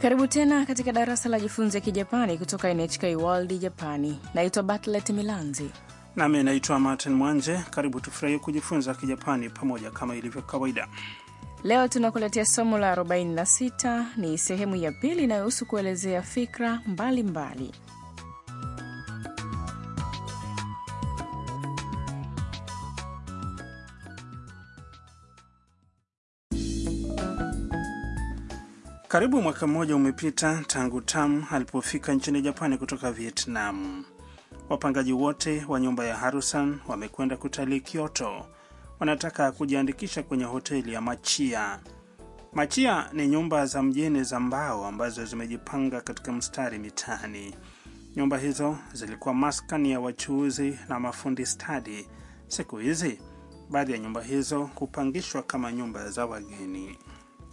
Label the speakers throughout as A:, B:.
A: karibu tena katika darasa la jifunzi ya kijapani kutoka nhk world japani naitwa batlet milanzi
B: nami naitwa martin mwanje karibu tufurahie kujifunza kijapani pamoja kama ilivyo kawaida
A: leo tunakuletea somo la 46 ni sehemu ya pili inayohusu kuelezea fikra mbalimbali mbali.
B: karibu mwaka mmoja umepita tangu tam alipofika nchini japani kutoka vietnam wapangaji wote wa nyumba ya harusan wamekwenda kutalii kyoto wanataka kujiandikisha kwenye hoteli ya machia machia ni nyumba za mjini za mbao ambazo zimejipanga katika mstari mitaani nyumba hizo zilikuwa maskani ya wachuuzi na mafundi stadi siku hizi baadhi ya nyumba hizo kupangishwa kama nyumba za wageni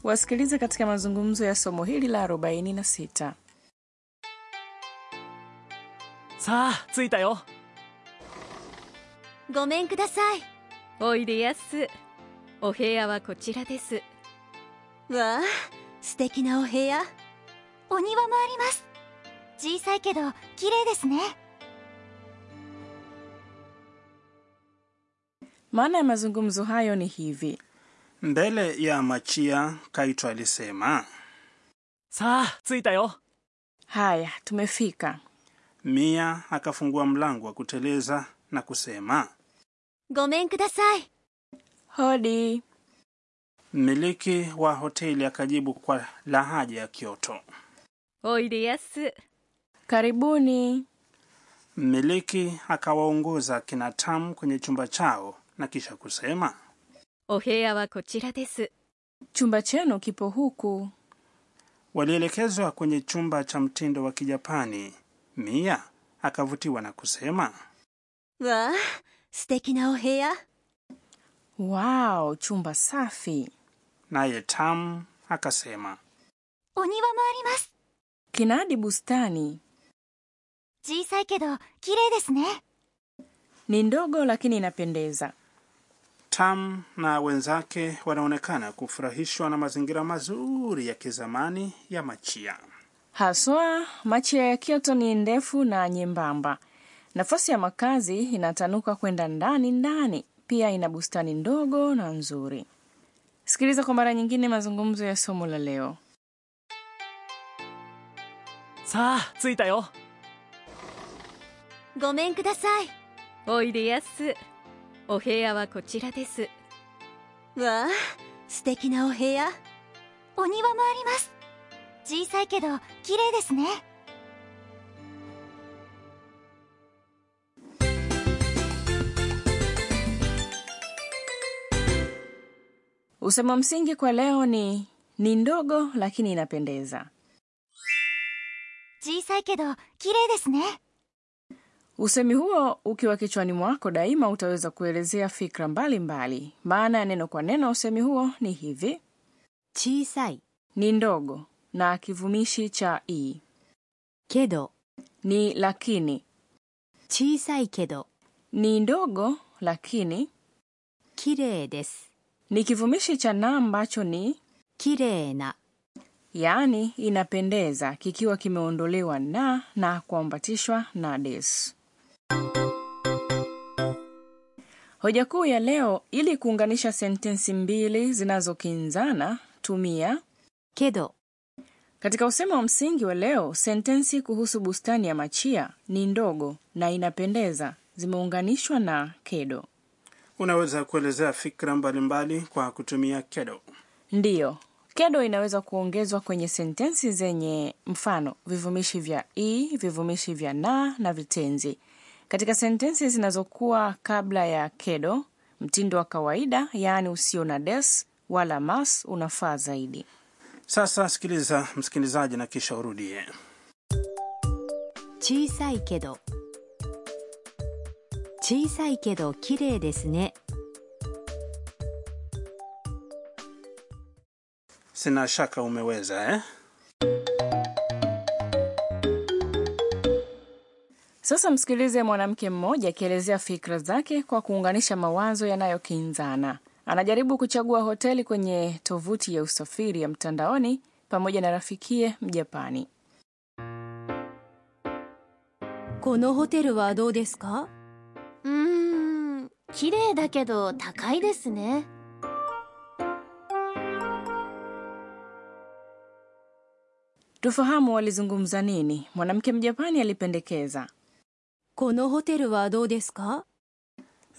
A: wasikilize katika mazungumzo ya somo hili la 46
C: さあ着いたよ
D: ごめんくださいおいでやすお部屋はこちらです
E: わあ素敵なお部屋
D: お庭もあります小さいけど綺麗ですね
A: maana ya mazungumzo hayo ni hivi
B: mbele ya machia kaito alisema
C: さあ着いたよ
A: haya tumefika
B: mia akafungua mlango wa kuteleza na kusema
D: ごめんください
A: hodi
B: mmiliki wa hoteli akajibu kwa lahaja ya kyoto
D: おいでやす
A: karibuni
B: mmiliki akawaongoza kina tam kwenye chumba chao na kisha kusema
D: お部屋はこちらです
A: chumba chenu kipo huku
B: walielekezwa kwenye chumba cha mtindo wa kijapani mia akavutiwa na kusema
E: わあ素敵なお部屋
A: wao chumba safi
B: naye tam akasema
D: お庭もあります
A: kina hadi bustani
D: 小さいけど綺麗ですね
A: ni ndogo lakini inapendeza
B: tam na wenzake wanaonekana kufurahishwa na mazingira mazuri ya kizamani ya machia
A: haswa machia ya kyoto ni ndefu na nyembamba nafasi ya makazi inatanuka kwenda ndani ndani pia ina bustani ndogo na nzuri sikiliza kwa mara nyingine mazungumzo ya somo la leo
C: さあ着いたよ
D: ごめんくださいおいでやすお部屋はこちらです
E: わあ素敵なお部屋
D: お庭もあります小さいけど綺麗ですね
A: usemo wa msingi kwa leo ni ni ndogo lakini inapendeza
D: 小さいけど綺麗ですね
A: usemi huo ukiwa kichwani mwako daima utaweza kuelezea fikra mbalimbali mbali. maana ya neno kwa neno usemi huo ni hivi
E: 小さい
A: ni ndogo na kivumishi cha i
E: けど
A: ni lakini
E: 小さいけど
A: ni ndogo lakini
E: 綺麗です
A: ni kivumishi cha na ambacho ni
E: 綺麗な
A: yaani inapendeza kikiwa kimeondolewa na na kuambatishwa na des hoja kuu ya leo ili kuunganisha sentensi mbili zinazokinzana tumia
E: けど
A: katika usemo wa msingi wa leo sentensi kuhusu bustani ya machia ni ndogo na inapendeza zimeunganishwa na kedo
B: unaweza kuelezea fikra mbalimbali mbali kwa kutumia kedo
A: ndiyo kedo inaweza kuongezwa kwenye sentensi zenye mfano vivumishi vya i vivumishi vya na na vitenzi katika sentensi zinazokuwa kabla ya kedo mtindo wa kawaida yaani usio na des wala mas unafaa zaidi
B: sasa sikiliza msikilizaji na kisha urudie
E: 小さいけど小さいけど綺麗ですね
B: sina shaka umeweza eh?
A: sasa msikilize mwanamke mmoja akielezea fikra zake kwa kuunganisha mawazo yanayokinzana anajaribu kuchagua hoteli kwenye tovuti ya usafiri ya mtandaoni pamoja na rafikie Mjapani.
E: このホテルはどうですか
F: うーん綺麗だけど高いですね
A: Tufahamu walizungumza nini. Mwanamke Mjapani alipendekeza
E: このホテルはどうですか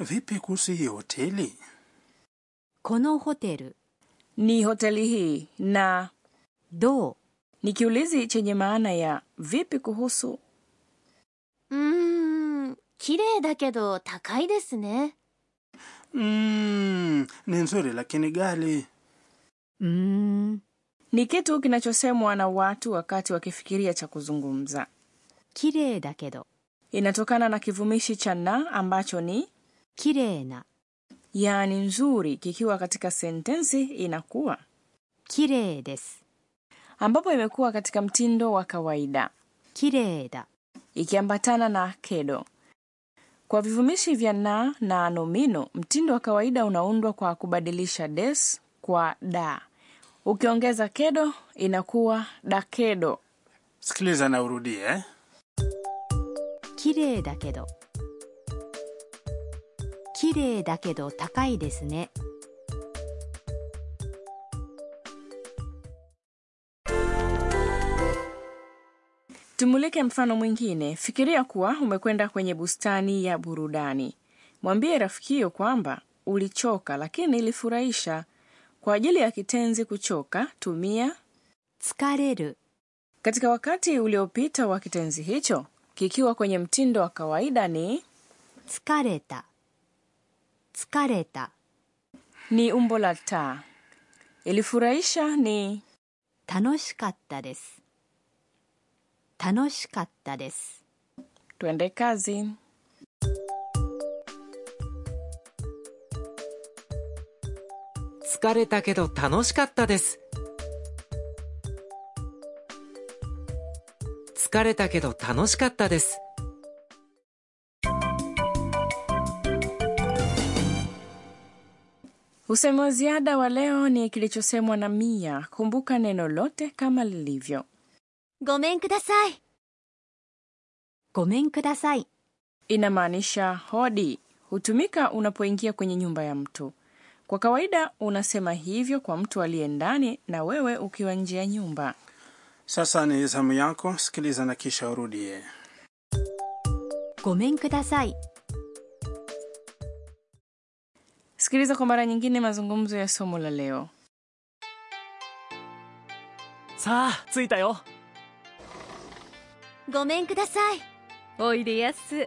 B: Vipi kuhusu hii hoteli?
E: このホテル
A: ni hoteli hii, na
E: どう
A: ni kiulizi chenye maana ya vipi kuhusu.
F: うーん綺麗だけど高いですね
B: Mm, ni nzuri lakini ghali.
E: うーん
A: Ni kitu kinachosemwa na watu wakati wakifikiria cha kuzungumza.
E: 綺麗だけど
A: Inatokana na kivumishi cha na ambacho ni
E: 綺麗な
A: yaani nzuri, kikiwa katika sentensi inakuwa
E: 綺麗です
A: ambapo imekuwa katika mtindo wa kawaida
E: 綺麗だ
A: ikiambatana na kedo. Kwa vivumishi vya na na nomino, mtindo wa kawaida unaundwa kwa kubadilisha des kwa da. Ukiongeza kedo inakuwa dakedo.
B: Sikiliza na urudie eh?
E: 綺麗だけど綺麗だけど高いですね
A: Tumulike mfano mwingine. Fikiria kuwa umekwenda kwenye bustani ya burudani. Mwambie rafikio kwamba ulichoka lakini ilifurahisha. Kwa ajili ya kitenzi kuchoka, tumia
E: 疲れる
A: katika wakati uliopita wa kitenzi hicho, kikiwa kwenye mtindo wa kawaida ni
E: 疲れた疲れた
A: ni umbo la ta. Ilifurahisha ni
E: 楽しかったです楽しかったです
A: twende kazi.
G: 疲れたけど楽しかったです疲れたけど楽しかったです
A: Usemi wa ziada wa leo ni kilichosemwa na Mia. Kumbuka neno lote kama lilivyo.
F: ごめんください
E: ごめんください
A: inamaanisha hodi. Hutumika unapoingia kwenye nyumba ya mtu. Kwa kawaida unasema hivyo kwa mtu aliye ndani na wewe ukiwa nje ya nyumba.
B: Sasa ni zamu yako, sikiliza na kisha urudie.
E: ごめんください
A: Sikiliza kwa mara nyingine mazungumzo ya somo la leo.
C: さあ着いたよ
F: ごめんください
D: おいでやす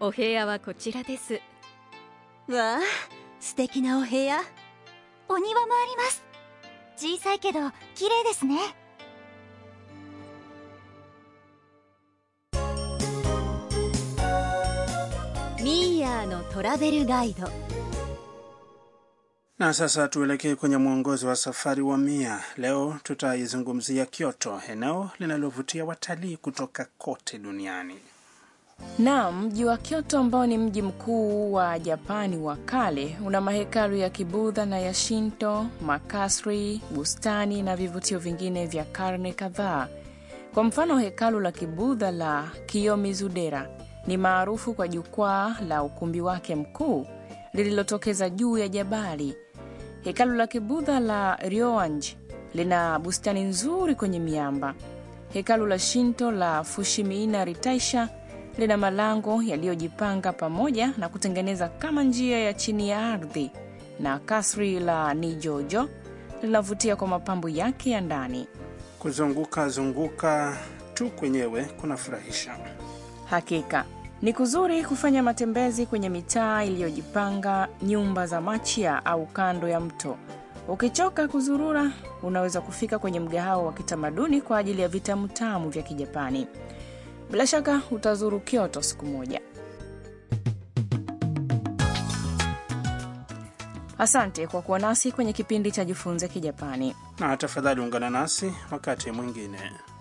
D: お部屋はこちらです
E: わあ素敵なお部屋
F: お庭もあります小さいけど綺麗ですね
D: ミーヤーのトラベルガイド
B: Na sasa tuelekee kwenye mwongozo wa safari wa Mia. Leo tutaizungumzia Kyoto, eneo linalovutia watalii kutoka kote duniani.
A: Na mji wa Kyoto ambao ni mji mkuu wa Japani wa kale una mahekalu ya Kibudha na ya Shinto, makasri, bustani na vivutio vingine vya karne kadhaa. Kwa mfano, hekalu la Kibudha la Kiyomizudera ni maarufu kwa jukwaa la ukumbi wake mkuu lililotokeza juu ya jabali. Hekalu la Kibudha la Ryoanji lina bustani nzuri kwenye miamba. Hekalu la Shinto la Fushimiinari Taisha lina malango yaliyojipanga pamoja na kutengeneza kama njia ya chini ya ardhi, na kasri la Nijojo linavutia kwa mapambo yake ya ndani.
B: Kuzunguka zunguka tu kwenyewe kunafurahisha.
A: Hakika ni kuzuri kufanya matembezi kwenye mitaa iliyojipanga, nyumba za machia au kando ya mto. Ukichoka kuzurura, unaweza kufika kwenye mgahawa wa kitamaduni kwa ajili ya vitamu tamu vya Kijapani. Bila shaka utazuru Kyoto siku moja. Asante kwa kuwa nasi kwenye kipindi cha Jifunze Kijapani.
B: Na tafadhali ungana nasi wakati mwingine.